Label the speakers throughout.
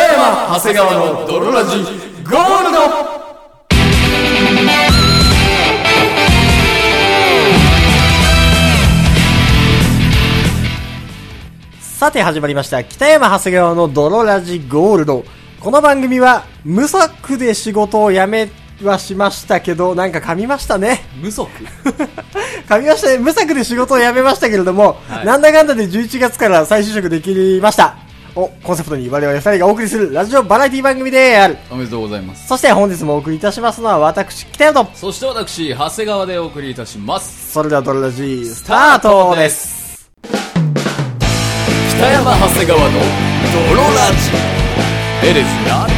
Speaker 1: 長谷川の泥ラジゴールド
Speaker 2: さて始まりました。北山長谷川の泥ラジゴールド。この番組は、無策で仕事を辞めはしましたけど、なんか噛みましたね。
Speaker 1: 無足
Speaker 2: 噛みましたね。無策で仕事を辞めましたけれども、
Speaker 1: はい
Speaker 2: なんだかんだで11月から再就職できました。をコンセプトに我々二人がお送りするラジオバラエティ番組である。
Speaker 1: おめでとうございます
Speaker 2: そして本日もお送りいたしますのは私、北山と。
Speaker 1: そして私長谷川でお送りいたします
Speaker 2: それでは泥ラジスタートです。
Speaker 1: 北山長谷川の泥ラジエレスな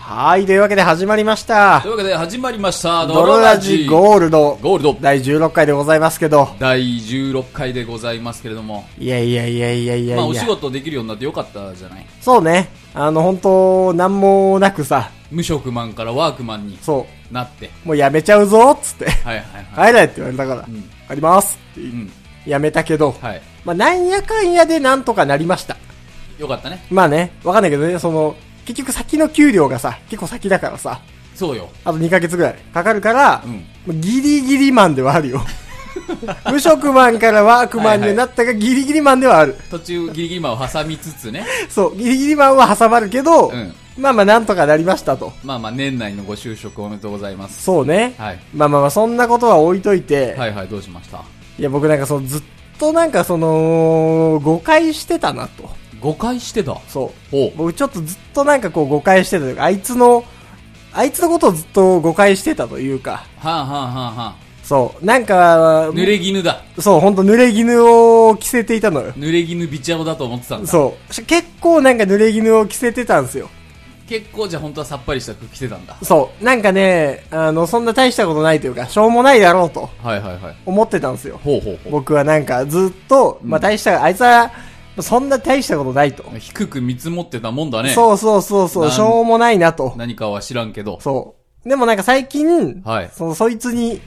Speaker 2: はい、というわけで始まりました
Speaker 1: とい。うわけで始まりました
Speaker 2: 泥ラジゴールド。
Speaker 1: ゴールド
Speaker 2: 第16回でございますけど。
Speaker 1: 第16回でございますけれども
Speaker 2: いやいやいやいやいやいや。
Speaker 1: まあお仕事できるようになってよかったじゃない
Speaker 2: そうね。あの、本当なんもなくさ、
Speaker 1: 無職マンからワークマンに
Speaker 2: そ
Speaker 1: なって
Speaker 2: う、もうやめちゃうぞっつって、
Speaker 1: はいはいはい
Speaker 2: 帰れって言われたから、
Speaker 1: ん
Speaker 2: 帰りますって
Speaker 1: う
Speaker 2: 言い
Speaker 1: ん
Speaker 2: やめたけど、
Speaker 1: はい
Speaker 2: まあ、なんやかんやでなんとかなりました。
Speaker 1: よかったね
Speaker 2: まあね、わかんないけどね、その、結局先の給料がさ、結構先だからさ、
Speaker 1: そうよ
Speaker 2: あと2ヶ月ぐらいかかるから、
Speaker 1: うん
Speaker 2: もうギリギリマンではあ るよ。無職マンからワークマンになったがギリギリマンではある。
Speaker 1: 途中ギリギリマンを挟みつつね
Speaker 2: そう、ギリギリマンは挟まるけど、
Speaker 1: うん
Speaker 2: まあまあなんとかなりましたと。
Speaker 1: まあまあ年内のご就職おめでとうございます
Speaker 2: そうね。
Speaker 1: はい
Speaker 2: まあまあまあ、そんなことは置いといて、
Speaker 1: はいはいどうしました
Speaker 2: い、や、僕なんかその、ずっとなんかその、誤解してたなと。
Speaker 1: 誤解してた
Speaker 2: そ
Speaker 1: お
Speaker 2: う。僕ちょっとずっとなんかこう誤解してたというか、あいつの、あいつのことをずっと誤解してたというか、
Speaker 1: はあはあはあは
Speaker 2: そう。なんか
Speaker 1: あ、濡れ衣だ
Speaker 2: そう、ほんと濡れ衣を着せていたのよ。
Speaker 1: 濡れ衣ビチャボだと思ってたんだ
Speaker 2: そう。し結構なんか濡れ衣を着せてたんですよ。
Speaker 1: 結構じゃあ本当はさっぱりした服着てたんだ
Speaker 2: そう。なんかね、あの、そんな大したことないというか、しょうもないだろうと
Speaker 1: はいはいはい
Speaker 2: 思ってたんですよ。
Speaker 1: ほうほうほ
Speaker 2: 僕はなんかずっと、まあ大した、あいつは、そんな大したことないと。
Speaker 1: う低く見積もってたもんだね
Speaker 2: そうそうそうそ
Speaker 1: な
Speaker 2: う、
Speaker 1: ん
Speaker 2: しょうもないなと。
Speaker 1: 何かは知らんけど
Speaker 2: そう。でもなんか最近、
Speaker 1: はい
Speaker 2: そのそいつに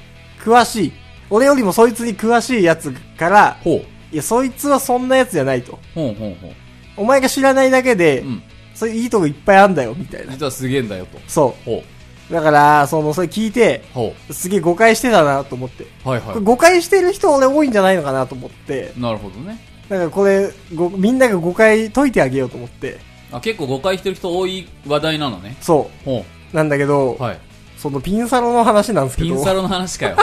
Speaker 2: 詳しい、俺よりもそいつに詳しいやつから、
Speaker 1: ほう
Speaker 2: いや、そいつはそんなやつじゃないと。
Speaker 1: ほうほうほう
Speaker 2: お前が知らないだけで、
Speaker 1: うん
Speaker 2: そういういいとこいっぱいあんだよ、みたいな。
Speaker 1: 実はすげえんだよと
Speaker 2: そ
Speaker 1: ほ
Speaker 2: う。だから、その、それ聞いて、
Speaker 1: うほ
Speaker 2: すげえ誤解してたなと思って。
Speaker 1: うはい
Speaker 2: これ
Speaker 1: は
Speaker 2: 誤解してる人俺多いんじゃないのかなと思って、
Speaker 1: いなるほどね
Speaker 2: だからこれ、ごみんなが誤解解いてあげようと思って、
Speaker 1: あ結構誤解してる人多い話題なのね
Speaker 2: そ
Speaker 1: ほ
Speaker 2: う。なんだけど、
Speaker 1: うはい
Speaker 2: そのピンサロの話なんですけど、
Speaker 1: ピンサロの話かよ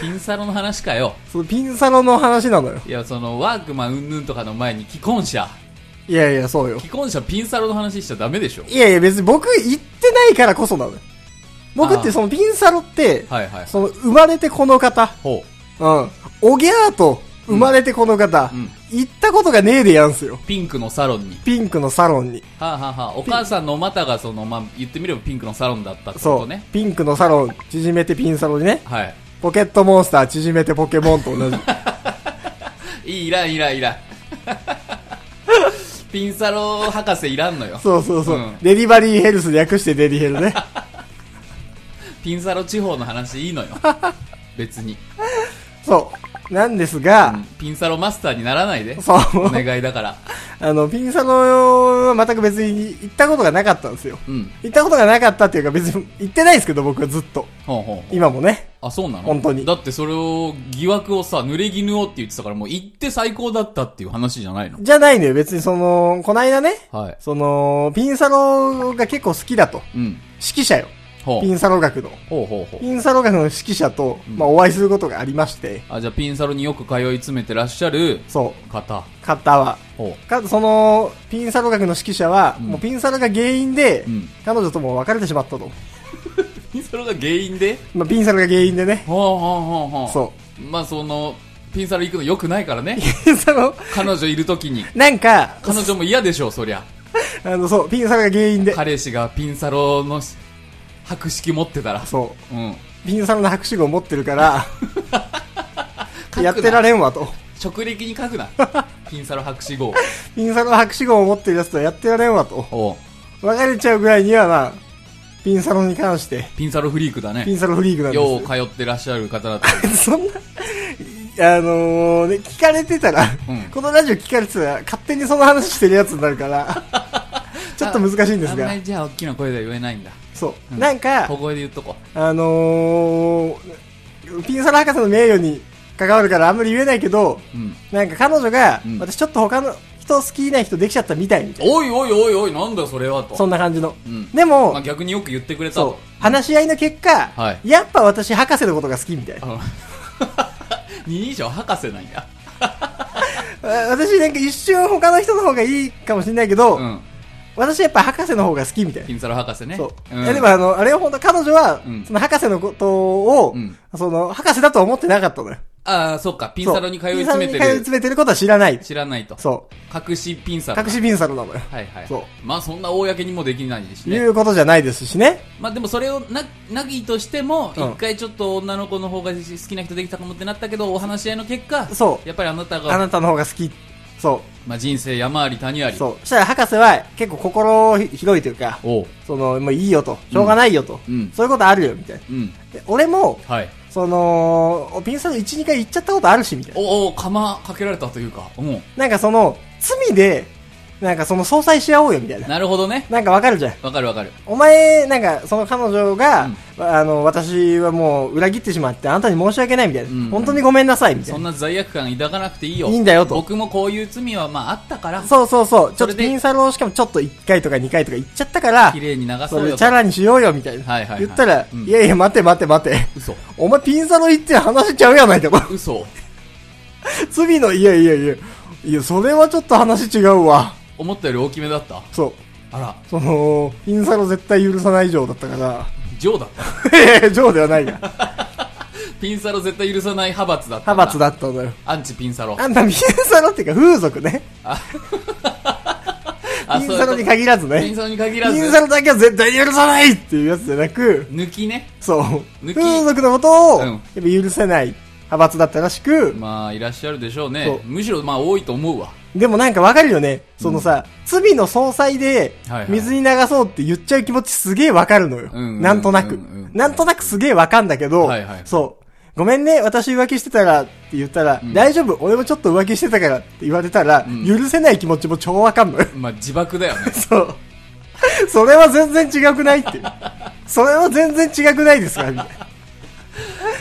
Speaker 1: ピンサロの話かよ
Speaker 2: そのピンサロの話なのよ。
Speaker 1: いやそのワークマンうんぬんとかの前に既婚者
Speaker 2: いやいや、そうよ。
Speaker 1: 既婚者ピンサロの話しちゃダメでしょ
Speaker 2: いやいや、別に僕行ってないからこそなのよ。僕っ
Speaker 1: あー
Speaker 2: てそのピンサロって、
Speaker 1: はいはい
Speaker 2: その生まれてこの方、
Speaker 1: ほ
Speaker 2: うん、おぎゃーと生まれてこの方、
Speaker 1: うんうん
Speaker 2: 行ったことがねえでやんすよ。
Speaker 1: うピンクのサロンに
Speaker 2: ピンクのサロンに。
Speaker 1: はあ、はあはあ、お母さんのお股がその、まあ、言ってみればピンクのサロンだったってこ
Speaker 2: そ
Speaker 1: と
Speaker 2: う、
Speaker 1: ね
Speaker 2: ピンクのサロン縮めてピンサロにね、
Speaker 1: はい
Speaker 2: ポケットモンスター縮めてポケモンと同じ。
Speaker 1: いいいらんいらんい らんピンサロ博士いらんのよ
Speaker 2: そうそうそう、
Speaker 1: うん
Speaker 2: デリバリーヘルス略してデリヘル ね。
Speaker 1: ピンサロ地方の話いいのよ別に、
Speaker 2: そう。なんです
Speaker 1: う
Speaker 2: が
Speaker 1: ん、ピンサロマスターにならないで
Speaker 2: そう
Speaker 1: お願いだから
Speaker 2: あの、ピンサロは全く別に行ったことがなかったんですよ。
Speaker 1: うん
Speaker 2: 行ったことがなかったっていうか別に行ってないですけど僕はずっと。
Speaker 1: ほうほうほう
Speaker 2: 今もね。
Speaker 1: あ、そうなの
Speaker 2: 本当に
Speaker 1: だってそれを、疑惑をさ、濡れ衣をって言ってたから、もう行って最高だったっていう話じゃないの
Speaker 2: じゃないのよ。別にその、こないだね、
Speaker 1: はい。
Speaker 2: その、ピンサロが結構好きだと。
Speaker 1: うん。
Speaker 2: 指揮者よ。
Speaker 1: ほ
Speaker 2: ピ
Speaker 1: う。
Speaker 2: ンサロ学の。
Speaker 1: ほうほうほう
Speaker 2: ピ。ンサロ学の指揮者と、まあお会いすることがありまして、
Speaker 1: あ、じゃあピンサロによく通い詰めてらっしゃる
Speaker 2: そ
Speaker 1: 方。
Speaker 2: う、方は。
Speaker 1: ほ
Speaker 2: か、その、ピンサロ学の指揮者は、
Speaker 1: うん
Speaker 2: もうピンサロが原因で、
Speaker 1: うん
Speaker 2: 彼女ともう別れてしまったと。
Speaker 1: う。ピンサロが原因で
Speaker 2: まあピンサロが原因でね。
Speaker 1: ほうほうほうほう。。
Speaker 2: そう
Speaker 1: まあその、ピンサロ行くの良くないから ね。
Speaker 2: ピンサロ、
Speaker 1: 彼女いる時に。
Speaker 2: なんか、
Speaker 1: 彼女も嫌でしょう、そりゃ。
Speaker 2: あの、そう、ピンサロが原因で。
Speaker 1: 彼氏がピンサロのし博識持ってたら。
Speaker 2: そ
Speaker 1: うん。
Speaker 2: う、ピンサロの博士号を持ってるから、
Speaker 1: 書くな
Speaker 2: やってられんわと。
Speaker 1: 直撃に書 くな。ピンサロ博士号。
Speaker 2: ピンサロの博士号を持ってるやつとはやってられんわと。
Speaker 1: ほう。
Speaker 2: 別れちゃうぐらいにはな、ピンサロに関して、
Speaker 1: ピンサロフリークだ
Speaker 2: ピ
Speaker 1: ね。
Speaker 2: ンサロフリークなん
Speaker 1: よう
Speaker 2: で
Speaker 1: 通ってらっしゃる方だった。
Speaker 2: す。 そんな、あのーね、聞かれてたら、
Speaker 1: うん
Speaker 2: このラジオ聞かれてたら、勝手にその話してるやつになる から、ちょっと難しいんです
Speaker 1: あんま
Speaker 2: が、
Speaker 1: りじゃあ大きな声では言えないんだ。
Speaker 2: そうう。
Speaker 1: ん
Speaker 2: なんか
Speaker 1: 小、声で言っとこ
Speaker 2: あのー、ピンサロ博士の名誉に関わるからあんまり言えないけど、
Speaker 1: う。うん。
Speaker 2: なんか彼女が、
Speaker 1: うん
Speaker 2: 私ちょっと他の人好きな人できちゃったみたいみたい
Speaker 1: おいおいおいおい、なんだよそれはと。
Speaker 2: な。そんな感じの。
Speaker 1: うん
Speaker 2: でも、
Speaker 1: まあ、逆によく言ってくれた
Speaker 2: そ
Speaker 1: と
Speaker 2: う、話し合いの結果、
Speaker 1: はい
Speaker 2: やっぱ私博士のことが好きみたいな。
Speaker 1: あの 二人称博士なんや
Speaker 2: あ私なんか一瞬他の人の方がいいかもしれないけど、
Speaker 1: うん
Speaker 2: 私やっぱ博士の方が好きみたいな
Speaker 1: ピ。ンサロ博士ね
Speaker 2: そう。
Speaker 1: ん
Speaker 2: いやでもあの、あれは本当彼女は、
Speaker 1: うん
Speaker 2: その博士のことを、
Speaker 1: うん
Speaker 2: その、博士だとは思ってなかったのよ。
Speaker 1: ああそっかピンサロに通い詰めて
Speaker 2: ピンサロに通い
Speaker 1: る
Speaker 2: 詰めてることは知らない。
Speaker 1: 知らないと
Speaker 2: そ
Speaker 1: 隠しピンサ
Speaker 2: う。
Speaker 1: ロ
Speaker 2: 隠しピンサロなのよ。
Speaker 1: はいはい
Speaker 2: そう
Speaker 1: まあそんな公にもできないですし
Speaker 2: い
Speaker 1: ね
Speaker 2: うことじゃないですしね。
Speaker 1: まあでもそれをななぎとしても
Speaker 2: うん
Speaker 1: 一回ちょっと女の子の方が好きな人できたかもってなったけどお話し合いの結果
Speaker 2: そう
Speaker 1: やっぱりあなた
Speaker 2: あ
Speaker 1: が
Speaker 2: なたの方が好き。そ
Speaker 1: まあ人生山あり谷あ
Speaker 2: う。
Speaker 1: り
Speaker 2: そう。そしたら博士は結構心広いというか、
Speaker 1: おう
Speaker 2: その、もういいよと。しょうがないよと。
Speaker 1: うん
Speaker 2: そういうことあるよ、みたいな。
Speaker 1: うん
Speaker 2: で俺も、
Speaker 1: はい
Speaker 2: その、ピンサロ1、2回行っちゃったことあるし、みたいな。
Speaker 1: おお釜かけられたというかうん
Speaker 2: なんかその、罪で、なんかその相殺し合おうよ、みたいな。
Speaker 1: なるほどね
Speaker 2: なんかわかるじゃん。
Speaker 1: わかるわかる
Speaker 2: お前、なんか、その彼女が、
Speaker 1: う
Speaker 2: あの、私はもう裏切ってしまって、あなたに申し訳ないみたいな。
Speaker 1: うん
Speaker 2: 本当にごめんなさい、みた
Speaker 1: そ
Speaker 2: い
Speaker 1: ん
Speaker 2: な。
Speaker 1: な罪悪感抱かなくていいよ。
Speaker 2: いいんだよと
Speaker 1: 僕もこういう罪はまああったから、
Speaker 2: そうそうそう。ちょ
Speaker 1: そ
Speaker 2: っ
Speaker 1: れ
Speaker 2: と
Speaker 1: で
Speaker 2: ピンサロしかもちょっと1回とか2回とか行っちゃったから
Speaker 1: 綺、麗に流
Speaker 2: そ
Speaker 1: そう
Speaker 2: れ
Speaker 1: よ
Speaker 2: チ。ャラにしようよ、みたいな。
Speaker 1: はいはいはい
Speaker 2: 言ったら、
Speaker 1: うん
Speaker 2: いやいや、待て待て待て。
Speaker 1: 嘘。
Speaker 2: お前ピンサロ行って話しちゃうやないか、これ
Speaker 1: 嘘。
Speaker 2: 罪の、いやいやいや。いや、それはちょっと話違うわ。
Speaker 1: 思ったより大きめだった。
Speaker 2: そう。
Speaker 1: あら、
Speaker 2: その、ピンサロ絶対許さない上だったから。
Speaker 1: ジョーだった。
Speaker 2: い やいや、上ではないが。
Speaker 1: ピンサロ絶対許さない派閥だった。
Speaker 2: 派閥。だった のよ。
Speaker 1: アンチピンサロ。
Speaker 2: あんたピンサロっていうか風俗ね。
Speaker 1: あ
Speaker 2: ピンサロに
Speaker 1: そういう
Speaker 2: 限らず
Speaker 1: ことピ
Speaker 2: ね
Speaker 1: ン。サロに限
Speaker 2: ピ
Speaker 1: らず。
Speaker 2: ンサロだけは絶対許さないっていうやつじゃなく、
Speaker 1: 抜きね。
Speaker 2: そう。
Speaker 1: 抜き
Speaker 2: 風俗のことを、
Speaker 1: うん
Speaker 2: やっぱ許せない派閥だったらしく、
Speaker 1: まあ、いらっしゃるでしょう
Speaker 2: そ
Speaker 1: ね
Speaker 2: う。
Speaker 1: むしろまあ多いと思うわ。
Speaker 2: でもなんかわかるよね。そのさ、罪の総裁で
Speaker 1: はいは、い
Speaker 2: 水に流そうって言っちゃう気持ちすげえわかるのよ。
Speaker 1: うんうんうんうん
Speaker 2: なんとなく。なんとなくすげえわかんだけど、
Speaker 1: はいはい
Speaker 2: そう。ごめんね、私浮気してたらって言ったら、
Speaker 1: ん
Speaker 2: 大丈夫、俺もちょっと浮気してたからって言われたら、
Speaker 1: ん
Speaker 2: 許せない気持ちも超わかんのよ。。
Speaker 1: まあ自爆だよね
Speaker 2: そう。それは全然違くないっていう。それは全然違くないですかみたい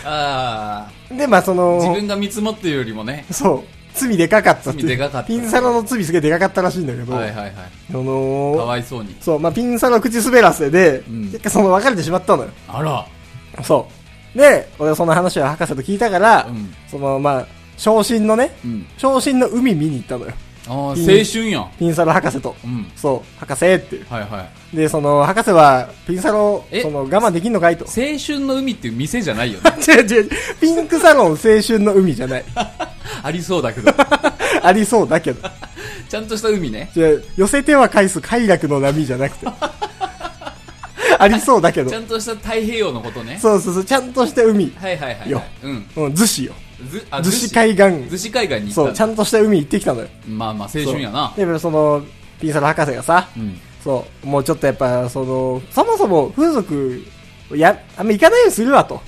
Speaker 1: あ
Speaker 2: な。で、まあそ
Speaker 1: あ、自
Speaker 2: の、
Speaker 1: 分が見積もってるよりもね。
Speaker 2: そう。罪でかかったっていう。
Speaker 1: 罪でかかった
Speaker 2: ピンサロの罪すげえでかかったらしいんだけど、
Speaker 1: はいはいはい。
Speaker 2: あの
Speaker 1: か
Speaker 2: ー
Speaker 1: わいそうに。
Speaker 2: そう、まあ、ピンサロ口滑らせで、
Speaker 1: うん
Speaker 2: 結果その別れてしまったのよ。
Speaker 1: あら、
Speaker 2: そう。で、俺はその話を博士と聞いたから、
Speaker 1: うん
Speaker 2: その、まあ、昇進のね、
Speaker 1: うん。
Speaker 2: 昇進の海見に行ったのよ。
Speaker 1: ああ、青春やん。
Speaker 2: ピンサロ博士と。
Speaker 1: うん。
Speaker 2: そう、博士っていう。
Speaker 1: はいはい。
Speaker 2: で、その、博士は、ピンサロ、
Speaker 1: え
Speaker 2: その、我慢できんのかいと。
Speaker 1: 青春の海っていう店じゃないよね
Speaker 2: 違う違う違う、ピンクサロン青春の海じゃ ない。
Speaker 1: ありそうだけど
Speaker 2: ありそうだけど。
Speaker 1: ちゃんとした海ね
Speaker 2: 違う、寄せては返す快楽の波じゃな くて。ありそうだけど
Speaker 1: ちゃ。んとした太平洋のことね
Speaker 2: そうそうそう、ちゃんとした海。
Speaker 1: はいはいはい
Speaker 2: よ
Speaker 1: はいうん
Speaker 2: うん、逗子よ。
Speaker 1: ずあ
Speaker 2: 逗子海岸。
Speaker 1: 逗子海岸に行
Speaker 2: そ
Speaker 1: っ
Speaker 2: う、ちゃ
Speaker 1: たんだ
Speaker 2: んとした海行ってきたのよ。
Speaker 1: まあまあ青春やな
Speaker 2: そうでもその、ピンサロ博士がさ、
Speaker 1: うん
Speaker 2: そう、もうちょっとやっぱ、その、そもそも風俗、や、あんま行かないようにするわと。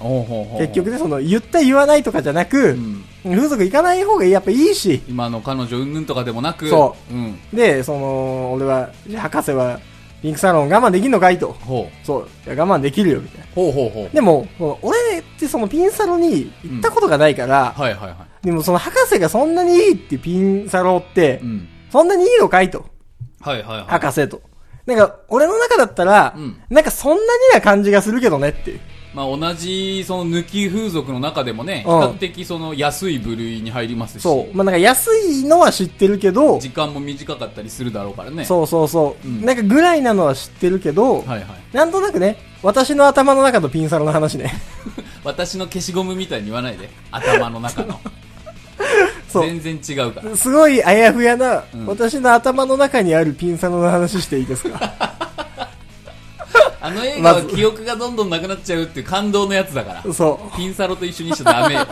Speaker 1: ほうほうほう
Speaker 2: 結局ね、その、言った言わないとかじゃなく、
Speaker 1: うん
Speaker 2: 風俗行かない方がやっぱいいし、
Speaker 1: 今の彼女うんぬんとかでもなく
Speaker 2: そう
Speaker 1: うん
Speaker 2: で、その、俺は、博士は、ピンクサロン我慢できんのかいと。
Speaker 1: ほう
Speaker 2: そう、いや我慢できるよ、みたいな。
Speaker 1: ほうほうほう
Speaker 2: でも、その俺ってそのピンサロに行ったことがないから、
Speaker 1: はいはいは
Speaker 2: でもその博士がそんなにいいってピンサロって
Speaker 1: い、うん
Speaker 2: そんなにいいのかいと。
Speaker 1: はいはいはい
Speaker 2: 博士と。なんか、俺の中だったら、
Speaker 1: うん
Speaker 2: なんかそんなにな感じがするけどねっていう。
Speaker 1: まあ同じその抜き風俗の中でもね比
Speaker 2: うん
Speaker 1: 較的その安い部類に入りますし
Speaker 2: そう。まあなんか安いのは知ってるけど、
Speaker 1: 時間も短かったりするだろうからね
Speaker 2: そうそうそう、
Speaker 1: うん
Speaker 2: なんかぐらいなのは知ってるけど、
Speaker 1: はいはい
Speaker 2: なんとなくね、私の頭の中のピンサロの話ね。
Speaker 1: 私の消しゴムみたいに言わないで頭の中の
Speaker 2: そう。
Speaker 1: 全然違うから
Speaker 2: すごいあやふやな、
Speaker 1: うん
Speaker 2: 私の頭の中にあるピンサロの話していいです か
Speaker 1: あの映画
Speaker 2: ま
Speaker 1: は
Speaker 2: ず
Speaker 1: 記憶がどんどんなくなっちゃうっていう感動のやつだから
Speaker 2: そ
Speaker 1: ピンサロと一緒にしちゃ ダメよ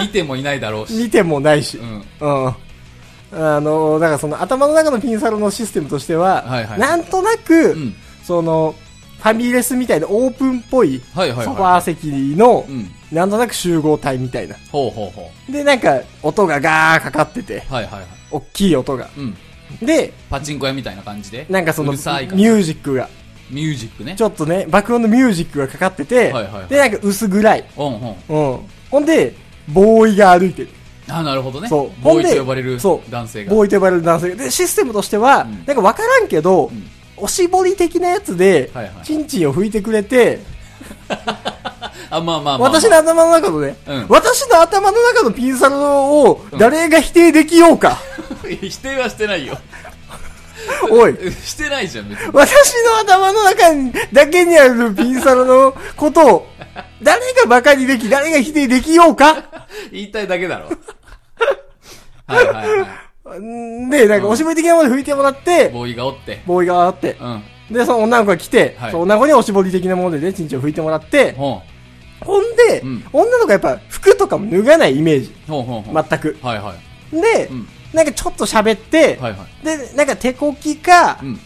Speaker 1: 見てもいないだろう
Speaker 2: う。
Speaker 1: し、
Speaker 2: 見てもないし。
Speaker 1: うん、
Speaker 2: うん。あの、だからその頭の中のピンサロのシステムとしては、
Speaker 1: はいはい
Speaker 2: なんとなく、
Speaker 1: うん
Speaker 2: その、ファミレスみたいなオープンっぽい、
Speaker 1: はいはいはい
Speaker 2: ソファー席の、
Speaker 1: うん
Speaker 2: なんとなく集合体みたいな。
Speaker 1: ほうほうほ
Speaker 2: で、なんか、音がガーかかってて、
Speaker 1: う。はいはいはい。
Speaker 2: 大きい音が。
Speaker 1: うん。
Speaker 2: で、
Speaker 1: パチンコ屋みたいな感じで。
Speaker 2: なんかその、
Speaker 1: う
Speaker 2: ミ
Speaker 1: るさい
Speaker 2: ュ
Speaker 1: 感じ
Speaker 2: ージックが、
Speaker 1: ミュージックね。
Speaker 2: ちょっとね、爆音のミュージックがかかってて、
Speaker 1: はいはいはい
Speaker 2: で、なんか薄暗い。
Speaker 1: うんうん。
Speaker 2: うん。ほんで、ボーイが歩いてる。
Speaker 1: あ、なるほどね。
Speaker 2: そう
Speaker 1: ボー
Speaker 2: ほん
Speaker 1: イ
Speaker 2: で
Speaker 1: と呼ばれる
Speaker 2: そう
Speaker 1: 男性が。
Speaker 2: ボーイと呼ばれる男性が。で、システムとしては、
Speaker 1: うん
Speaker 2: なんかわからんけど、
Speaker 1: ん
Speaker 2: おしぼり的なやつで
Speaker 1: はいは、い
Speaker 2: チンチンを拭いてくれて、
Speaker 1: あ、まあまあまあ、まあ。
Speaker 2: 私の頭の中のね、
Speaker 1: うん
Speaker 2: 私の頭の中のピンサロを誰が否定できよう か。
Speaker 1: 否定はしてないよ。
Speaker 2: おい。
Speaker 1: してないじゃん、別に。
Speaker 2: 私の頭の中にだけにあるピンサロのことを、誰が馬鹿にでき、誰が否定できようか。
Speaker 1: 言いたいだけだ ろ。はいはいはい。
Speaker 2: んで、なんか、
Speaker 1: うん
Speaker 2: おしぼり的なもので拭いてもらって、
Speaker 1: ボーイがおって。
Speaker 2: ボーイがあって
Speaker 1: う、ん。
Speaker 2: で、その女の子が来て、
Speaker 1: はい
Speaker 2: その女の子におしぼり的なものでね、チンチンを拭いてもらって、
Speaker 1: ほ
Speaker 2: ほんで、
Speaker 1: うん
Speaker 2: 女の子はやっぱ服とかも脱がないイメージ。
Speaker 1: う。ほうほうほう。
Speaker 2: 全く。
Speaker 1: はいは
Speaker 2: で、
Speaker 1: い。うん。
Speaker 2: なんかちょっと喋って、
Speaker 1: はいは
Speaker 2: で、なんか手こきか
Speaker 1: い。う、ん。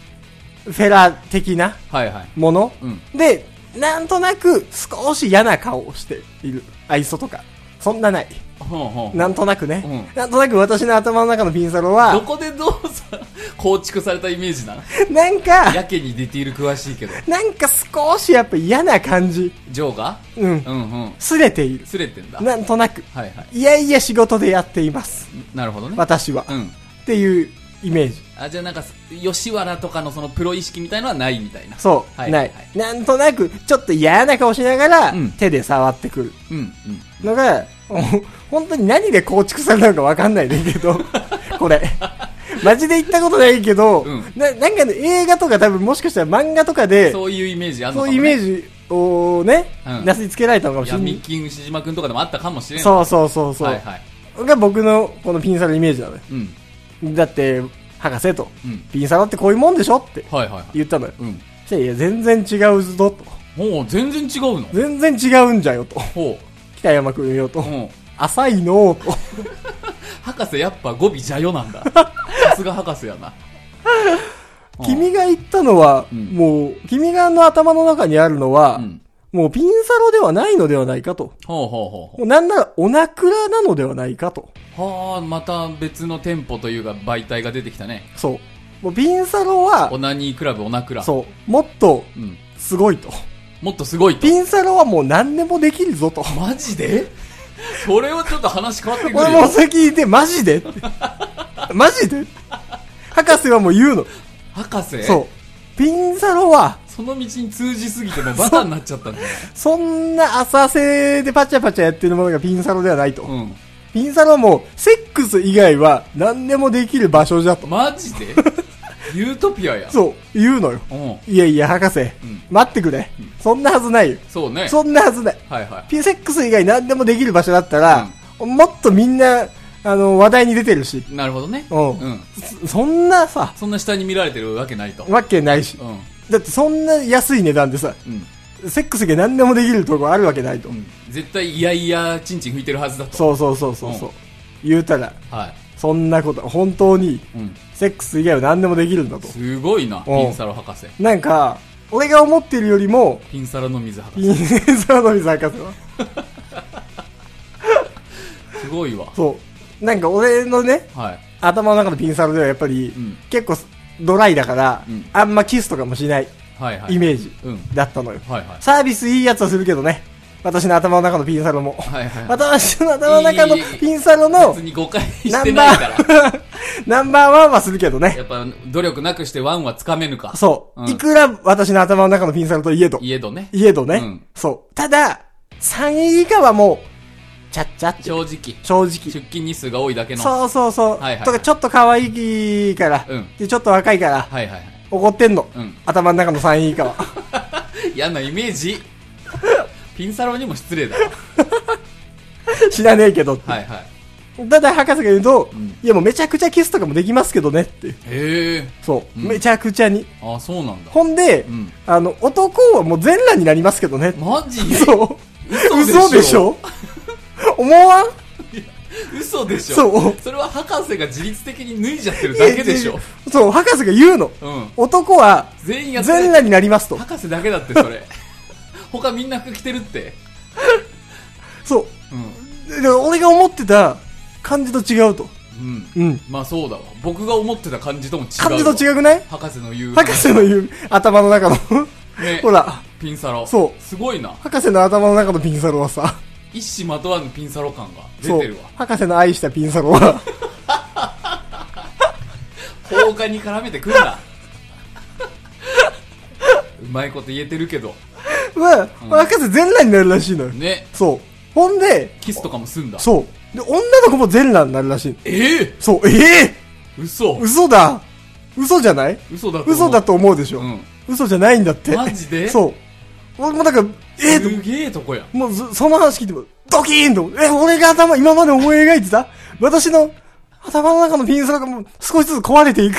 Speaker 2: フェラ的な
Speaker 1: はいはい。
Speaker 2: もの、
Speaker 1: うん。
Speaker 2: で、なんとなく少し嫌な顔をしている。愛想とか。そんなない。
Speaker 1: ほうほう。
Speaker 2: なんとなくね。
Speaker 1: うん
Speaker 2: なんとなく私の頭の中のピンサロ
Speaker 1: ど
Speaker 2: は、
Speaker 1: こでどうさ、構築されたイメージなの
Speaker 2: なんか、
Speaker 1: やけにディティール詳しいけど。
Speaker 2: なんか少しやっぱ嫌な感じ。
Speaker 1: ジョーが
Speaker 2: うん。
Speaker 1: うんうん。
Speaker 2: すれている。
Speaker 1: すれてんだ。はい
Speaker 2: なんとなく。
Speaker 1: はい。
Speaker 2: いやいや仕事でやっています。
Speaker 1: なるほどね。
Speaker 2: 私は。
Speaker 1: うん。
Speaker 2: っていうイメージ。
Speaker 1: あ、じゃあなんか、吉原とかのそのプロ意識みたいのはないみたいな。
Speaker 2: そう、
Speaker 1: はい
Speaker 2: ない、なんとなく、ちょっと嫌な顔しながら、
Speaker 1: うん
Speaker 2: 手で触ってくる
Speaker 1: うん。うん。
Speaker 2: のが、 お本当に何で構築されたのかわかんないねんけ ど、これ。マジで言ったことないけど、
Speaker 1: うん
Speaker 2: ななんかね、映画とか多分もしかしたら漫画とかで、そう,、
Speaker 1: そういうイメージあるのかも、
Speaker 2: いう
Speaker 1: ね。
Speaker 2: イメージをね、
Speaker 1: うん
Speaker 2: なすりつけられたのかもしれ
Speaker 1: や、
Speaker 2: な
Speaker 1: ミ
Speaker 2: い
Speaker 1: ッ。キング牛島くんとかでもあったかもしれない。
Speaker 2: そうそうそうそう、
Speaker 1: はいはい。
Speaker 2: が僕のこのピンサロのイメージなのよ。
Speaker 1: うん。
Speaker 2: だって、博士と、
Speaker 1: うん。
Speaker 2: ピンサロってこういうもんでしょって
Speaker 1: はいはいはい。
Speaker 2: 言ったのよ。
Speaker 1: うん。
Speaker 2: そしたらいや、全然違うぞと。
Speaker 1: ほう、全然違うの。
Speaker 2: 全然違うんじゃよと。
Speaker 1: ほ
Speaker 2: 北山くんよと
Speaker 1: う。う。ん。
Speaker 2: 浅いのと。
Speaker 1: 博士やっぱ語尾じゃよな んだ。さすが博士やな。うん
Speaker 2: 君が言ったのは、
Speaker 1: うん
Speaker 2: もう、君がの頭の中にあるのは、
Speaker 1: うん。
Speaker 2: もうピンサロではないのではないかと。
Speaker 1: ほうほうほうほう
Speaker 2: もうなんなら、おなくらなのではないかと。
Speaker 1: はあ、また別の店舗というか媒体が出てきたね。
Speaker 2: そう。もうピンサロは
Speaker 1: オ、ナニークラブオナクラ。
Speaker 2: そう、もっと、
Speaker 1: う。ん。
Speaker 2: すごいと。
Speaker 1: もっとすごいと。
Speaker 2: ピンサロはもう何でもできるぞと。
Speaker 1: マジでそれはちょっと話変わってくる
Speaker 2: 俺も
Speaker 1: よ。
Speaker 2: 先で、マジで マジで博士はもう言うの。
Speaker 1: 博士
Speaker 2: そう。ピンサロは、
Speaker 1: その道に通じすぎてもうバカになっちゃったんだよ。
Speaker 2: そんな浅瀬でパチャパチャやってるものがピンサロではないと。
Speaker 1: う
Speaker 2: ピンサロはもう、セックス以外は何でもできる場所じゃと
Speaker 1: ん。。マジでユートピアや。
Speaker 2: そう、言うのよ。
Speaker 1: うん。
Speaker 2: いやいや、博士、
Speaker 1: ん
Speaker 2: 待ってくれ、そんなはずないよ。
Speaker 1: そうね。
Speaker 2: そんなはずない。
Speaker 1: はいはい。
Speaker 2: ピンセックス以外何でもできる場所だったら、もっとみんな、あの、話題に出てるし。
Speaker 1: なるほどね。
Speaker 2: うん
Speaker 1: うん。
Speaker 2: そそんなさ、
Speaker 1: そんな下に見られてるわけないと。
Speaker 2: わけないし
Speaker 1: う。ん。うん。
Speaker 2: だってそんな安い値段でさ、セックス以外何でもできるとこあるわけないと。
Speaker 1: うん。絶対いやいや、チンチン拭いてるはずだと。
Speaker 2: そうそうそうそうそう。
Speaker 1: うん
Speaker 2: 言うたら、
Speaker 1: は
Speaker 2: そんなこと、本当に、
Speaker 1: い。うん。
Speaker 2: セックス以外は何でもできるんだと。
Speaker 1: すごいな、
Speaker 2: うん
Speaker 1: ピンサロ博士。
Speaker 2: なんか、俺が思ってるよりも、
Speaker 1: ピンサロの水博士。
Speaker 2: ピンサロの水博士は。
Speaker 1: すごいわ。
Speaker 2: そう。なんか俺のね、
Speaker 1: はい。
Speaker 2: 頭の中のピンサロではやっぱり、
Speaker 1: ん
Speaker 2: 結構ドライだから、
Speaker 1: うん
Speaker 2: あんまキスとかもしない
Speaker 1: はいはい。
Speaker 2: イメージ
Speaker 1: うん。
Speaker 2: だったのよ。
Speaker 1: はいはい。
Speaker 2: サービスいいやつはするけどね。私の頭の中のピンサロも。
Speaker 1: はいはい。
Speaker 2: 私の頭の中のピンサロの
Speaker 1: 別に誤解し
Speaker 2: ナ
Speaker 1: て
Speaker 2: ン
Speaker 1: な
Speaker 2: バ
Speaker 1: いから。
Speaker 2: ー、 ナンバーワンはするけどね。
Speaker 1: やっぱ、努力なくしてワンはつかめぬか。
Speaker 2: そう、
Speaker 1: うん
Speaker 2: いくら私の頭の中のピンサロといえど。
Speaker 1: いえどね。
Speaker 2: いえどね。
Speaker 1: うん
Speaker 2: そう。ただ、3位以下はもう、ちゃっちゃって。
Speaker 1: 正直。
Speaker 2: 正
Speaker 1: 出
Speaker 2: 直。
Speaker 1: 勤日数が多いだけの。
Speaker 2: そうそうそう。
Speaker 1: はいはい
Speaker 2: とか、ちょっと可愛いから、
Speaker 1: うん
Speaker 2: で、ちょっと若いから、
Speaker 1: はいはいはい。
Speaker 2: 怒ってんの。
Speaker 1: うん
Speaker 2: 頭の中の3位以下 は。
Speaker 1: 嫌なイメージ。ピンサロにも失礼だわ。
Speaker 2: 知らねえけどって。
Speaker 1: はいはい。
Speaker 2: ただ、博士が言うと、
Speaker 1: うん
Speaker 2: いやもうめちゃくちゃキスとかもできますけどねって。
Speaker 1: へえ。
Speaker 2: そう。
Speaker 1: うん
Speaker 2: めちゃくちゃに。
Speaker 1: あ、そうなんだ。
Speaker 2: ほんで、
Speaker 1: うん
Speaker 2: あの、男はもう全裸になります けどね。
Speaker 1: マジで
Speaker 2: そう。
Speaker 1: 嘘でしょ
Speaker 2: 嘘でしょ思わん
Speaker 1: 嘘でしょ
Speaker 2: そう
Speaker 1: それは博士が自律的に脱いじゃってるだけでしょ
Speaker 2: えそう、博士が言うの。
Speaker 1: うん
Speaker 2: 男は、
Speaker 1: 全員やって
Speaker 2: 全
Speaker 1: ない
Speaker 2: 裸になりますと。
Speaker 1: 博士だけだってそれ他みんな服着てるって
Speaker 2: そ
Speaker 1: うん
Speaker 2: う。で俺が思ってた感じと違うと。
Speaker 1: うん
Speaker 2: うん。
Speaker 1: まあそうだわ僕が思ってた感じとも違う
Speaker 2: 感じと
Speaker 1: う
Speaker 2: 違くない
Speaker 1: 博士の言う
Speaker 2: 博士の言う頭の 中の
Speaker 1: ね
Speaker 2: ほら、
Speaker 1: ピンサロ
Speaker 2: そう
Speaker 1: すごいな
Speaker 2: 博士の頭の中のピンサロはさ、
Speaker 1: 一糸まとわぬピンサロ感が出
Speaker 2: そ
Speaker 1: て
Speaker 2: う
Speaker 1: るわ、
Speaker 2: 博士の愛したピンサロは、
Speaker 1: 放火に絡めてくんな うまいこと言えてるけど
Speaker 2: は、博士全裸になるらしいのよ。
Speaker 1: ね
Speaker 2: そう。ほんで、
Speaker 1: キスとかもすんだ
Speaker 2: そう。で、女の子も全裸になるらしい。
Speaker 1: ええ
Speaker 2: そう、ええ
Speaker 1: 嘘
Speaker 2: 嘘だ嘘じゃない
Speaker 1: 嘘だと思う
Speaker 2: 嘘だと思うでしょ、
Speaker 1: うん
Speaker 2: 嘘じゃないんだって。
Speaker 1: マジで
Speaker 2: そう。俺もだから、ええと
Speaker 1: すげえとこや
Speaker 2: もうそその話聞いても、ドキーンと、え、俺が頭、今まで思い描いてた私の頭の中のピンサロがもう少しずつ壊れていく。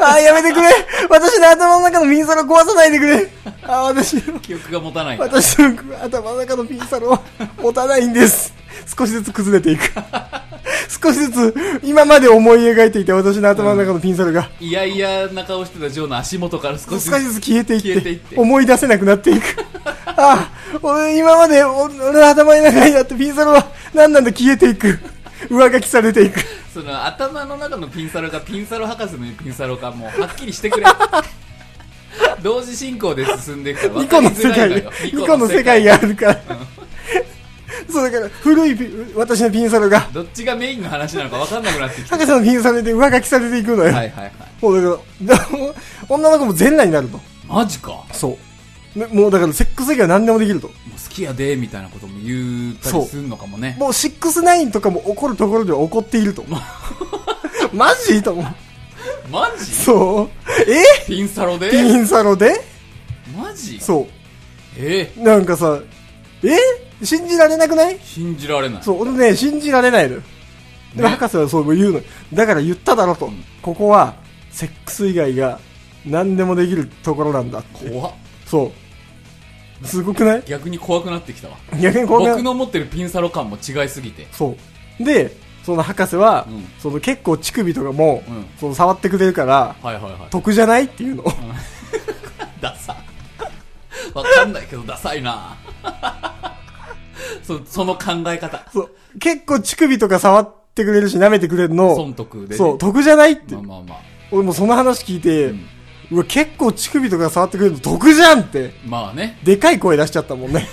Speaker 2: あー、やめてくれ私の頭の中のピンサロ壊さないでくれあー、私の、
Speaker 1: 記憶が持たないんだ
Speaker 2: 私の頭の中のピンサロは持たないんです。少しずつ崩れていく。少しずつ、今まで思い描いていた私の頭の中のピンサロが、
Speaker 1: いやいやな顔してたジョーの足元から少
Speaker 2: 少
Speaker 1: し
Speaker 2: しずつ消えていって、
Speaker 1: 消えていって
Speaker 2: 思い出せなくな っていく。ああ、俺、今まで俺俺の頭の中にあったピンサロは、なんなんだ消えていく。上書きされていく。
Speaker 1: その頭の中のピンサロかピンサロ博士のピンサロかもうはっきりして くれ同時進行で進んでいくから
Speaker 2: ニ
Speaker 1: 分か
Speaker 2: コ
Speaker 1: り
Speaker 2: の
Speaker 1: づ
Speaker 2: 世
Speaker 1: らい
Speaker 2: 界
Speaker 1: の
Speaker 2: で
Speaker 1: よ、
Speaker 2: ニコの世界があるから。そうだから、古いピ私のピンサロが、
Speaker 1: どっちがメインの話なのか分かんなくなって きて
Speaker 2: 博士のピンサロで上書きされていくのよ。
Speaker 1: はいはいはい
Speaker 2: もうだから、 女の子も全裸になると。
Speaker 1: マジかも
Speaker 2: そう。ねもうだから、セックス以外は何でもできると。
Speaker 1: う好きやでみたいなことも言ったりするのかもね
Speaker 2: もう69とかも怒るところでは怒っている と。マジと思う。
Speaker 1: マジ
Speaker 2: そう。え
Speaker 1: ピンサロで
Speaker 2: ピンサロで
Speaker 1: マジ
Speaker 2: そ
Speaker 1: え
Speaker 2: う。なんかさ、え信じられなくない
Speaker 1: ー、信じられない
Speaker 2: そう、俺ね、信じられないのよ。でも
Speaker 1: ね
Speaker 2: 博士はそう言うのよ。だから言っただろと。
Speaker 1: ん
Speaker 2: ここは、セックス以外が何でもできるところなんだって。
Speaker 1: 怖っ
Speaker 2: そう。すごくない
Speaker 1: 逆に怖くなってきたわ
Speaker 2: 逆にこう
Speaker 1: 僕の持ってるピンサロ感も違いすぎて
Speaker 2: そう。で、その博士は、
Speaker 1: うん
Speaker 2: その結構乳首とかも、
Speaker 1: うん
Speaker 2: その触ってくれるから、
Speaker 1: はいはいはい
Speaker 2: 得じゃないっていうの。
Speaker 1: ダサわかんないけどダサいな そその考え方
Speaker 2: そう結構乳首とか触ってくれるし、舐めてくれるの、
Speaker 1: 損得で、ね、
Speaker 2: そう、得じゃないって
Speaker 1: まあ。まあまあ
Speaker 2: 俺もその話聞いて、
Speaker 1: ん
Speaker 2: うわ、結構乳首とか触ってくれるの得じゃんって、
Speaker 1: まあね
Speaker 2: でかい声出しちゃったもん ね。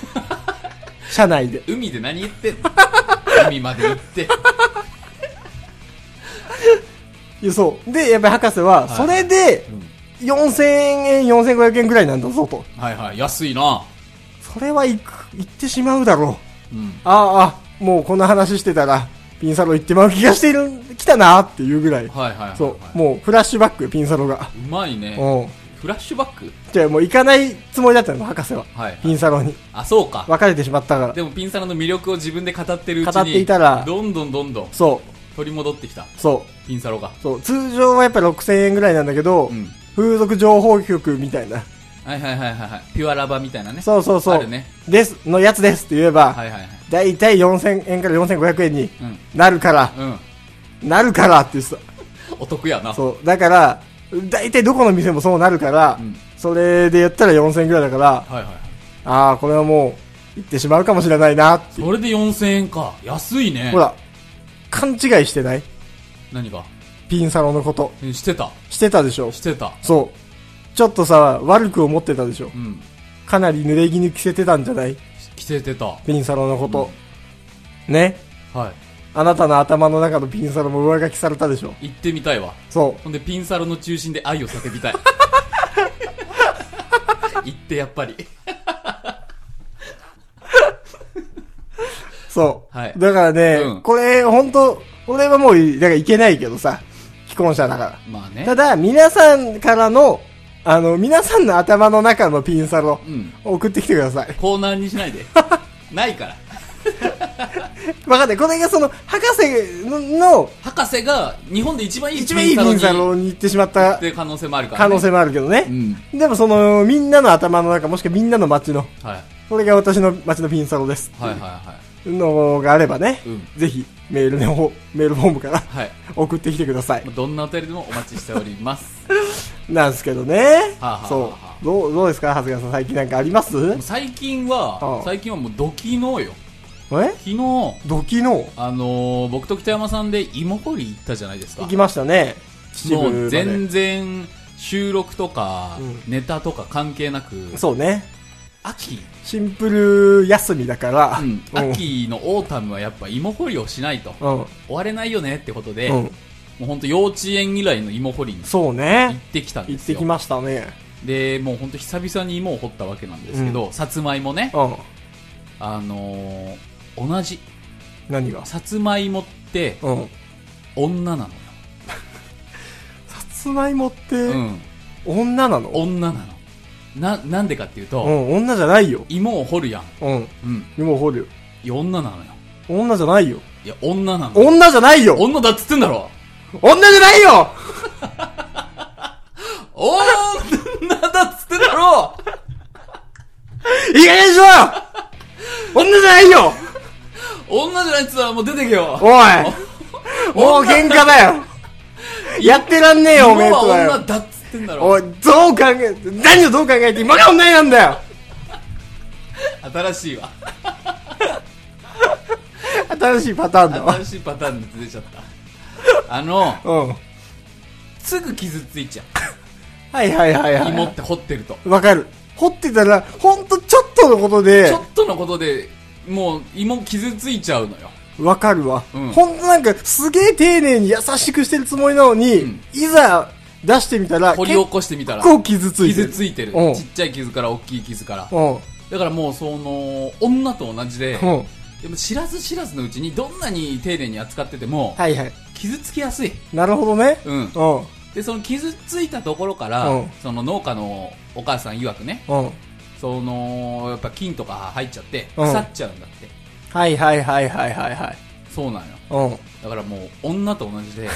Speaker 2: 車内で。
Speaker 1: 海で何言ってんの 海まで行って
Speaker 2: いや、そう。で、やっぱり博士は、
Speaker 1: い
Speaker 2: それで、4000円、4500円ぐらいなんだぞと。
Speaker 1: はいはい安いな
Speaker 2: それは行く、行ってしまうだろう。
Speaker 1: うん
Speaker 2: ああ、あ、もうこんな話してたら、ピンサロ行ってまう気がしている、来たなっていうぐらい。
Speaker 1: はいはいはい、はい、
Speaker 2: そう、もうフラッシュバック、ピンサロが。
Speaker 1: うまいね
Speaker 2: うん。
Speaker 1: フラッシュバック
Speaker 2: じゃあもう行かないつもりだったの、博士は。
Speaker 1: はい
Speaker 2: ピンサロに。
Speaker 1: あそうか
Speaker 2: 別れてしまったから。
Speaker 1: でもピンサロの魅力を自分で語ってるうちに
Speaker 2: 語っていたら
Speaker 1: どんどんどんどん
Speaker 2: そ
Speaker 1: 取り戻ってきた
Speaker 2: う、そ
Speaker 1: ピンサロが
Speaker 2: う、そう。通常はやっぱ6000円ぐらいなんだけど、
Speaker 1: うん
Speaker 2: 風俗情報局みたいな。
Speaker 1: はいはいはいはいはいピュアラバみたいなね
Speaker 2: そうそうそう。
Speaker 1: あるね
Speaker 2: です、のやつですって言えば、
Speaker 1: はいはいはい
Speaker 2: だいたい4000円から4500円に
Speaker 1: うん
Speaker 2: なるから、
Speaker 1: うん
Speaker 2: なるからって言ってた。
Speaker 1: お得やな
Speaker 2: そう。だから、大体どこの店もそうなるから、
Speaker 1: うん
Speaker 2: それでやったら4000円ぐらいだから、
Speaker 1: はいはいはい
Speaker 2: ああ、これはもう、行ってしまうかもしれないなっていう。
Speaker 1: それで4000円か安いね
Speaker 2: ほら、勘違いしてない
Speaker 1: 何が
Speaker 2: ピンサロのこと。
Speaker 1: えしてた
Speaker 2: してたでしょ
Speaker 1: してた
Speaker 2: そう。ちょっとさ、悪く思ってたでしょ
Speaker 1: うん
Speaker 2: かなり濡れ衣着せてたんじゃない
Speaker 1: 着せてたは
Speaker 2: ピンサロのこと。ね
Speaker 1: い
Speaker 2: あなたの頭の中のピンサロも上書きされたでしょ
Speaker 1: 行ってみたいわ
Speaker 2: そ
Speaker 1: ほんでピンサロの中心で愛を叫 びたい行ってやっぱり
Speaker 2: う。そう。
Speaker 1: はい
Speaker 2: だからね、
Speaker 1: うん
Speaker 2: これ、本当俺はもう、だからいけないけどさ、既婚者だから。
Speaker 1: まあね
Speaker 2: ただ、皆さんからの、あの、皆さんの頭の中のピンサロ、
Speaker 1: うん
Speaker 2: 送ってきてください。
Speaker 1: コーナーにしないでないから
Speaker 2: 分かって、これがその、博士のの
Speaker 1: 博士が日本で一番いい
Speaker 2: 一番いいピンサロに行ってしまった
Speaker 1: って可能性もあるから、
Speaker 2: 可
Speaker 1: ね、
Speaker 2: 能性もあるけどね
Speaker 1: う。ん
Speaker 2: でもその、みんなの頭の中、もしくはみんなの街の、
Speaker 1: はい
Speaker 2: これが私の街のピンサロです。
Speaker 1: はいはいは
Speaker 2: のがあればね、
Speaker 1: うん
Speaker 2: ぜひメールの方、メールフォームから
Speaker 1: はい
Speaker 2: 送ってきてください。
Speaker 1: どんなお便りでもお待ちしております
Speaker 2: なんですけどね。
Speaker 1: はあはあはあ
Speaker 2: そう。どう、どうですか長谷川さん、最近なんかあります
Speaker 1: も
Speaker 2: え
Speaker 1: う最近
Speaker 2: あ
Speaker 1: は
Speaker 2: あ
Speaker 1: 最近はもうドキのよ昨日
Speaker 2: ドキの
Speaker 1: あのー僕と北山さんで芋掘り行ったじゃないですか
Speaker 2: 行きましたね。秩
Speaker 1: も
Speaker 2: 父ま
Speaker 1: う
Speaker 2: で。
Speaker 1: 全然収録とか、
Speaker 2: うん
Speaker 1: ネタとか関係なく
Speaker 2: そうね。
Speaker 1: 秋、
Speaker 2: シンプル休みだから。
Speaker 1: うん秋のオータムはやっぱ芋掘りをしないと
Speaker 2: うん。うん。
Speaker 1: 終われないよねってことで、
Speaker 2: う
Speaker 1: も
Speaker 2: ん。
Speaker 1: う本当幼稚園以来の芋掘りに行
Speaker 2: そう
Speaker 1: っ
Speaker 2: ね。
Speaker 1: てきたんで
Speaker 2: 行っ
Speaker 1: す
Speaker 2: て
Speaker 1: よ
Speaker 2: きましたね。
Speaker 1: でもう本当久々に芋を掘ったわけなんですけど、さつまいもね
Speaker 2: うん。
Speaker 1: あのー同じ
Speaker 2: 何が
Speaker 1: さつまいもって
Speaker 2: うん。
Speaker 1: 女なのよ、
Speaker 2: さつまいもって、
Speaker 1: うん、
Speaker 2: 女なの
Speaker 1: 女なのななんでかっていうと、
Speaker 2: うん、女じゃないよ。
Speaker 1: 芋を掘るやん、
Speaker 2: うん。
Speaker 1: うん、
Speaker 2: 芋掘るよ。
Speaker 1: いや女なのよ
Speaker 2: 女じゃないよ。
Speaker 1: いや女なのよ
Speaker 2: 女じゃないよ
Speaker 1: 女だっつってんだろ
Speaker 2: 女じゃないよ
Speaker 1: 女だっつってんだろ
Speaker 2: いい加減にしろよ女じゃないよ
Speaker 1: 女じゃないっつったらもう出てけよ
Speaker 2: おいもう喧嘩だよやってらんねえよ、おめえ
Speaker 1: 芋
Speaker 2: とだ
Speaker 1: は
Speaker 2: よ
Speaker 1: 女。だっつってんだろ
Speaker 2: おい、どう考え、何をどう考えて今が女になんだよ
Speaker 1: 新しいわ
Speaker 2: 新しいパターンだわ。
Speaker 1: 新しいパターンで出ちゃったあの
Speaker 2: うん。は
Speaker 1: すぐ傷ついちゃ
Speaker 2: いはいはいう
Speaker 1: 芋
Speaker 2: は
Speaker 1: って掘ってると
Speaker 2: い。わかる。掘ってたら、ほんとちょっとのことで
Speaker 1: ちょ、っとのことでもう芋傷ついちゃうのよ
Speaker 2: わかるわ。
Speaker 1: うん
Speaker 2: ほんとなんか、すげえ丁寧に優しくしてるつもりなのに、
Speaker 1: うん
Speaker 2: いざ出してみたら、
Speaker 1: 掘り起こしてみたら
Speaker 2: 結構傷ついてる。
Speaker 1: 傷ついてる
Speaker 2: うん
Speaker 1: ちっちゃい傷から大きい傷から
Speaker 2: うん。
Speaker 1: だからもうその女と同じで
Speaker 2: うん。
Speaker 1: でも知らず知らずのうちにどんなに丁寧に扱ってても
Speaker 2: はいはい。
Speaker 1: 傷つきやすい
Speaker 2: なるほどね。
Speaker 1: うん
Speaker 2: うん。
Speaker 1: でその傷ついたところから、
Speaker 2: うん
Speaker 1: その農家のお母さん曰くね
Speaker 2: うん。
Speaker 1: そのやっぱ菌とか入っちゃって
Speaker 2: うん
Speaker 1: 腐っちゃうんだって、
Speaker 2: はいはいはいはいはいはい。
Speaker 1: そうなんよ
Speaker 2: うん。
Speaker 1: だからもう女と同 じでや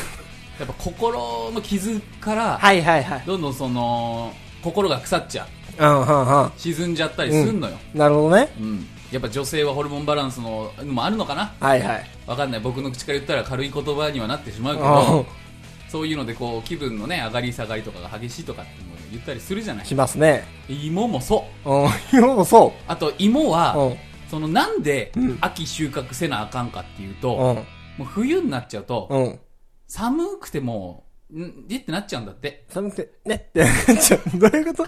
Speaker 1: っぱ心の傷から、
Speaker 2: はいはいはい。
Speaker 1: どんどんその心が腐っちゃう
Speaker 2: うんうんうん。
Speaker 1: 沈んじゃったりすんのよ、
Speaker 2: なるほどね。
Speaker 1: うんやっぱ女性はホルモンバランスののもあるのかな
Speaker 2: はいはい。
Speaker 1: わかんない僕の口から言ったら軽い言葉にはなってしまうけど
Speaker 2: う。
Speaker 1: そういうのでこう気分のね上がり下がりとかが激しいとかっていうのを言ったりするじゃなんい
Speaker 2: しますね。
Speaker 1: 芋もそう
Speaker 2: うん。今もそ
Speaker 1: あと芋は、
Speaker 2: う。うん。
Speaker 1: そのなんで
Speaker 2: うん
Speaker 1: 秋収穫せなあかんかっていうと、
Speaker 2: う
Speaker 1: も
Speaker 2: ん。
Speaker 1: う冬になっちゃうと、
Speaker 2: うん。
Speaker 1: 寒くてもう、んでってなっちゃうんだって。
Speaker 2: 寒くて、ねってなっちゃう。どういうこ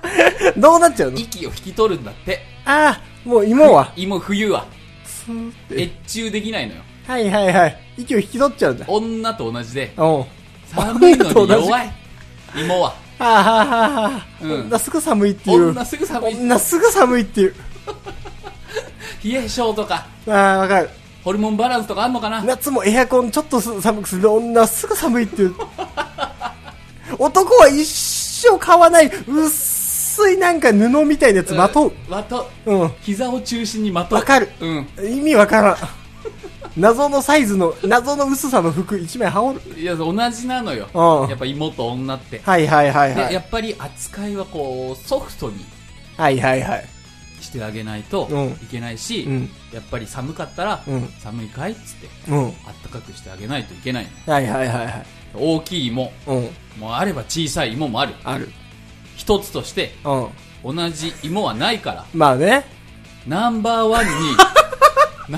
Speaker 2: とどうなっちゃうの
Speaker 1: 息を引き取るんだって。
Speaker 2: ああ、もう芋は。
Speaker 1: 芋冬は、
Speaker 2: スーって。
Speaker 1: 越中できないのよ。
Speaker 2: はいはいはい。息を引き取っちゃうんだ。
Speaker 1: 女と同じで、
Speaker 2: うん。
Speaker 1: 寒いの
Speaker 2: 女と
Speaker 1: に
Speaker 2: 同じ
Speaker 1: 弱い。芋は。
Speaker 2: はあ、はあはあはあ、
Speaker 1: うん
Speaker 2: 女すぐ寒いっていう。
Speaker 1: 女すぐ寒い。
Speaker 2: 女すぐ寒いっていう。
Speaker 1: 冷え性とか、
Speaker 2: ああ、わかる。
Speaker 1: ホルモンバランスとかあんのかな
Speaker 2: 夏もエアコンちょっとす寒くする女はすぐ寒いっていう。男は一生買わない薄いなんか布みたいなやつまとう。
Speaker 1: ん。まと
Speaker 2: うん。
Speaker 1: 膝を中心にまとう。
Speaker 2: わかる。
Speaker 1: うん。
Speaker 2: 意味わからん。謎のサイズの、謎の薄さの服一枚羽織る。
Speaker 1: いや、同じなのよ。
Speaker 2: うん
Speaker 1: やっぱ芋と女って。
Speaker 2: はいはいはいは
Speaker 1: で、
Speaker 2: い
Speaker 1: や。っぱり扱いはこう、ソフトに。
Speaker 2: はいはいはい。
Speaker 1: してあげないと
Speaker 2: うん
Speaker 1: いけないし、
Speaker 2: うん
Speaker 1: やっぱり寒かったら、
Speaker 2: うん
Speaker 1: 寒いかいっつって
Speaker 2: うん。
Speaker 1: あったかくしてあげないといけないの
Speaker 2: はいはいはいはい。
Speaker 1: 大きい芋
Speaker 2: うん。
Speaker 1: もあれば小さい芋もある
Speaker 2: ある。
Speaker 1: 一つとして
Speaker 2: うん。
Speaker 1: 同じ芋はないから
Speaker 2: まあね。
Speaker 1: ナンバ ーワンに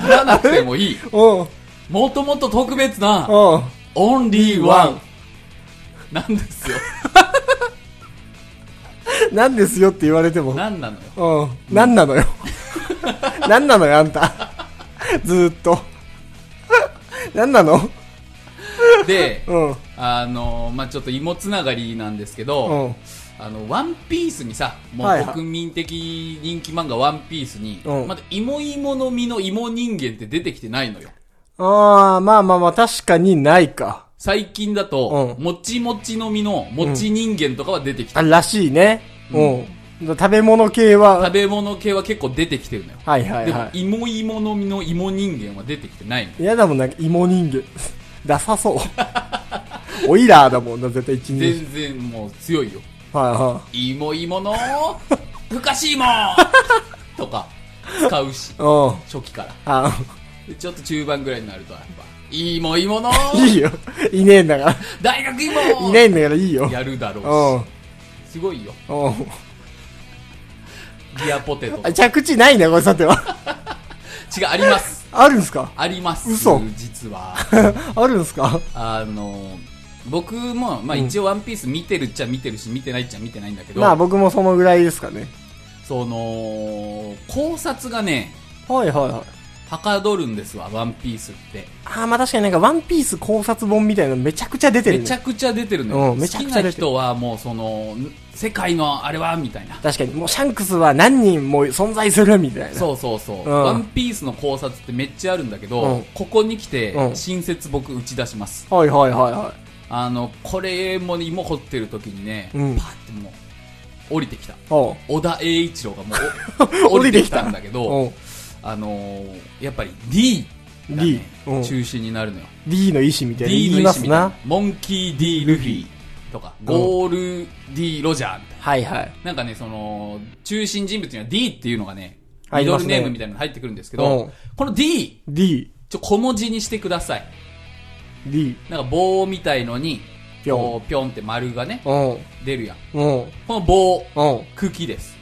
Speaker 1: ならなくてもいい
Speaker 2: うん。うん。
Speaker 1: もともと特別なオンリーワ
Speaker 2: ワ
Speaker 1: ンな んですよ
Speaker 2: なんですよって言われても。
Speaker 1: なんなのよ
Speaker 2: うん。なんなのよ。 なんなのよ、あんた。ずーっと。なんなの
Speaker 1: で
Speaker 2: うん。
Speaker 1: あのまあちょっと芋つながりなんですけど、
Speaker 2: うん。
Speaker 1: あの、ワンピースにさ、も
Speaker 2: はいうはい
Speaker 1: 国民的人気漫画ワンピースに、
Speaker 2: うん
Speaker 1: まだ芋芋の実の芋人間って出てきてないのよ。
Speaker 2: ああ、まあまあまあ、確かにないか。
Speaker 1: 最近だと、
Speaker 2: うん
Speaker 1: もちもちの実のもち人間とかは出てきた。
Speaker 2: あ、らしいね。うん。食べ物系は
Speaker 1: 食、べ物系は結構出てきてるのよ。
Speaker 2: はいはいは
Speaker 1: でも、芋芋の実の芋人間は出てきてないのよ。
Speaker 2: い。やだもん、なんか芋人間。ダサそう。オイラーだもんな、絶対一日。
Speaker 1: 全然もう強いよ。
Speaker 2: はいは
Speaker 1: 芋芋の、 ふかしいもとか、使うし、
Speaker 2: い。うん。
Speaker 1: 初期から。
Speaker 2: あ
Speaker 1: でちょっと中盤ぐらいになるとやっぱいいもいいもの
Speaker 2: いいよ。いねえんだか
Speaker 1: 大学いいも
Speaker 2: ら。いないんだからいいよ。
Speaker 1: やるだろ
Speaker 2: うん
Speaker 1: う。しすごいよ
Speaker 2: うん。
Speaker 1: ギアポテト
Speaker 2: あ着地ないんだよ、これさては。
Speaker 1: 違うあります
Speaker 2: あるんすか
Speaker 1: あります
Speaker 2: 嘘
Speaker 1: 実 は
Speaker 2: あるんすか
Speaker 1: あの僕も、まあ、一応「ワンピース見てるっちゃ見てるし見てないっちゃ見てないんだけど、
Speaker 2: まあ僕もそのぐらいですかね。
Speaker 1: その考察がね
Speaker 2: はいはいはい。
Speaker 1: はかどるんですわ「ワンピースって
Speaker 2: ああ、まあ確かになんかワンピース考察本みたいなのめちゃくちゃ出てる
Speaker 1: め
Speaker 2: ね
Speaker 1: ち。ゃくちゃ出てるのよ、
Speaker 2: うん
Speaker 1: 好
Speaker 2: めちゃ
Speaker 1: き
Speaker 2: くちゃ出てる
Speaker 1: な人はもうその世界のあれはみたいな
Speaker 2: 確かに、もうシャンクスは何人も存在するみたいな。
Speaker 1: そうそうそう、
Speaker 2: うん
Speaker 1: ワンピースの考察ってめっちゃあるんだけど、
Speaker 2: うん
Speaker 1: ここに来て
Speaker 2: うん
Speaker 1: 新説僕打ち出します、
Speaker 2: はいはいはいは
Speaker 1: あのこれもね芋掘ってる時にね、
Speaker 2: うん
Speaker 1: パッてもう降りてきた
Speaker 2: い。おう
Speaker 1: 小田栄一郎がもう お降りてきたんだけど、
Speaker 2: おう
Speaker 1: あのーやっぱり D が、ね
Speaker 2: D うん
Speaker 1: 中心になるのよ
Speaker 2: D の意思みたいな。
Speaker 1: D
Speaker 2: 言いま
Speaker 1: の意思みた
Speaker 2: す
Speaker 1: いな
Speaker 2: な。
Speaker 1: モンキー D ルフィとか、
Speaker 2: ん
Speaker 1: ゴール D ロジャーみたいな
Speaker 2: はいはい。
Speaker 1: なんかね、その、中心人物には D っていうのがね、
Speaker 2: 入
Speaker 1: ミ
Speaker 2: り
Speaker 1: ド
Speaker 2: ま
Speaker 1: ル
Speaker 2: すね
Speaker 1: ネームみたいなの入ってくるんですけ
Speaker 2: う
Speaker 1: ど
Speaker 2: ん、
Speaker 1: この D、
Speaker 2: D、
Speaker 1: ちょ、小文字にしてください。
Speaker 2: D、
Speaker 1: なんか棒みたいのに、
Speaker 2: ぴょん
Speaker 1: こうぴょんって丸がね、
Speaker 2: おう
Speaker 1: 出るやん。
Speaker 2: おう
Speaker 1: この棒、
Speaker 2: おう
Speaker 1: 茎です。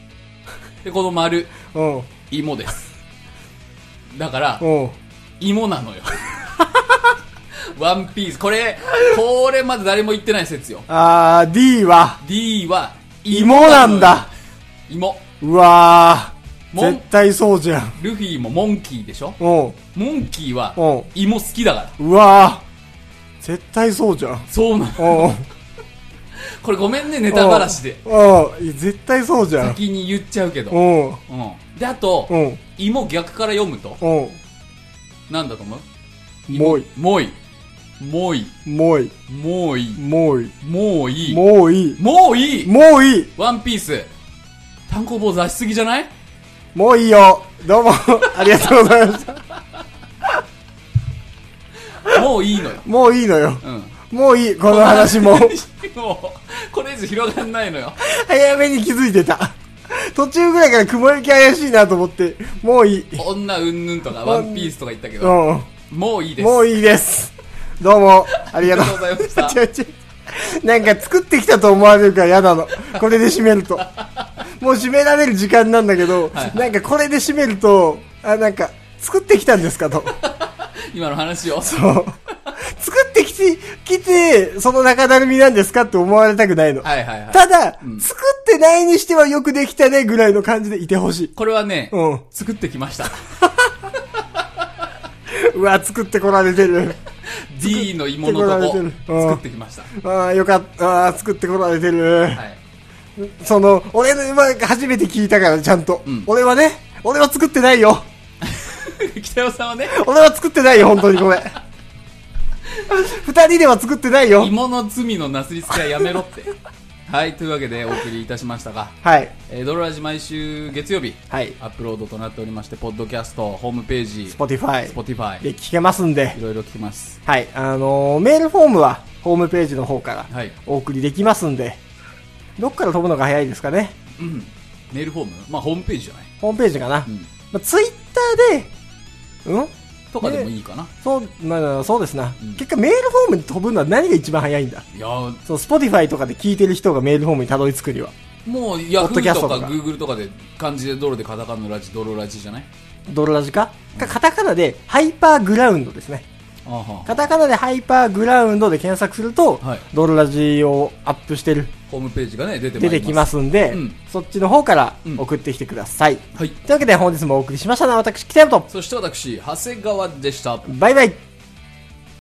Speaker 1: で、この丸、
Speaker 2: おう
Speaker 1: 芋です。だから、
Speaker 2: おう
Speaker 1: 芋なのよ。 ワンピース。これ、これまだ誰も言ってない説よ。
Speaker 2: あー、D は、
Speaker 1: D は、
Speaker 2: 芋なんだ。
Speaker 1: 芋。
Speaker 2: うわー。
Speaker 1: もん
Speaker 2: 絶対そうじゃん。
Speaker 1: ルフィもモンキーでしょ
Speaker 2: おう
Speaker 1: モンキーは
Speaker 2: おう
Speaker 1: 芋好きだから。
Speaker 2: うわー。絶対そうじゃん。
Speaker 1: そうなの。
Speaker 2: おう
Speaker 1: これごめんね、ネタばらしで。
Speaker 2: おういや絶対そうじゃん。
Speaker 1: 先に言っちゃうけど。
Speaker 2: おう
Speaker 1: うん。で、あと、
Speaker 2: おう
Speaker 1: 芋逆から読むと、
Speaker 2: おう
Speaker 1: なんだと思う
Speaker 2: もうい、
Speaker 1: もい。もい。
Speaker 2: もうい、
Speaker 1: もうい。
Speaker 2: もうい、
Speaker 1: もういい。
Speaker 2: もういい、
Speaker 1: もういい
Speaker 2: もういい、
Speaker 1: ワンピース。単行本出しすぎじゃない
Speaker 2: もういいよ。どうも、 ありがとうございました。
Speaker 1: もういいのよ。
Speaker 2: もういいのよ。
Speaker 1: うん。
Speaker 2: もういい、この話も。
Speaker 1: もう、これ以上広がんないのよ。
Speaker 2: 早めに気づいてた。途中ぐらいから雲行き怪しいなと思って、もういい。
Speaker 1: 女うんぬんとか、ワンピースとか言ったけ
Speaker 2: うん。
Speaker 1: ど、
Speaker 2: も
Speaker 1: もういいです。
Speaker 2: ういいです。どうも、ありがとう。
Speaker 1: ありがとうござ いました
Speaker 2: 違う違うなんか作ってきたと思われるから嫌なの。これで締めると。もう締められる時間なんだけど、
Speaker 1: はい
Speaker 2: なんかこれで締めると、あ、なんか、作ってきたんですかと。
Speaker 1: 今の話を。
Speaker 2: そう作ってきて、きて、その中だるみなんですかって思われたくないの。
Speaker 1: はいはいはい。
Speaker 2: ただ、
Speaker 1: うん
Speaker 2: 作ってないにしてはよくできたねぐらいの感じでいてほしい。
Speaker 1: これはね、
Speaker 2: うん。
Speaker 1: 作ってきました。
Speaker 2: うわ、作ってこられてる。
Speaker 1: D の芋のとこ
Speaker 2: 作ってこられてるうん
Speaker 1: 作ってきました。
Speaker 2: ああ、よかった。あー作ってこられてる。
Speaker 1: はい。
Speaker 2: その、俺の、まあ、初めて聞いたから、ちゃんと、
Speaker 1: うん
Speaker 2: 俺はね、俺は作ってないよ。
Speaker 1: 北山さんはね、
Speaker 2: 俺は作ってないよ、本当に ごめん。二人では作ってないよ。
Speaker 1: 芋の罪のなすりつけはやめろって。はい、というわけでお送りいたしましたが、
Speaker 2: はい。
Speaker 1: えードロラジ毎週月曜日、
Speaker 2: はい。
Speaker 1: アップロードとなっておりまして、ポッドキャスト、ホームページ、
Speaker 2: Spotify で
Speaker 1: Spotify、
Speaker 2: 聞けますんで
Speaker 1: い。ろいろ聞きます。
Speaker 2: はい。あのーメールフォームは、ホームページの方から、
Speaker 1: はい。
Speaker 2: お送りできますんで、どっから飛ぶのが早いですかね。
Speaker 1: うん。メールフォームまあ、ホームページじゃない
Speaker 2: ホームページかな。
Speaker 1: うん。
Speaker 2: まあ、ツイッターで、うん
Speaker 1: とかでもいいかな。
Speaker 2: そう、まあ、そうですな、
Speaker 1: うん
Speaker 2: 結果メールフォームに飛ぶのは何が一番早いんだ
Speaker 1: いやー
Speaker 2: そう、Spotify とかで聞いてる人がメールフォームにたどり着くには。
Speaker 1: も
Speaker 2: ポ
Speaker 1: う
Speaker 2: ッドキ
Speaker 1: Yahoo
Speaker 2: ャス
Speaker 1: と
Speaker 2: ト
Speaker 1: か
Speaker 2: とか
Speaker 1: Google とかで漢字でドロでカタカナのラジ、ドロラジじゃない
Speaker 2: ドロラジかかカタカナでハイパーグラウンドですね。
Speaker 1: あーはー
Speaker 2: カタカナでハイパーグラウンドで検索すると、
Speaker 1: はい
Speaker 2: ドロラジをアップしてる、
Speaker 1: ホームページがね、出てま
Speaker 2: 出
Speaker 1: いり。
Speaker 2: てきますすんで、
Speaker 1: うん
Speaker 2: そっちの方から
Speaker 1: うん
Speaker 2: 送ってきてください。
Speaker 1: はい。
Speaker 2: というわけで本日もお送りしましたのは私、北山と、
Speaker 1: そして私、長谷川でした。
Speaker 2: バイバイ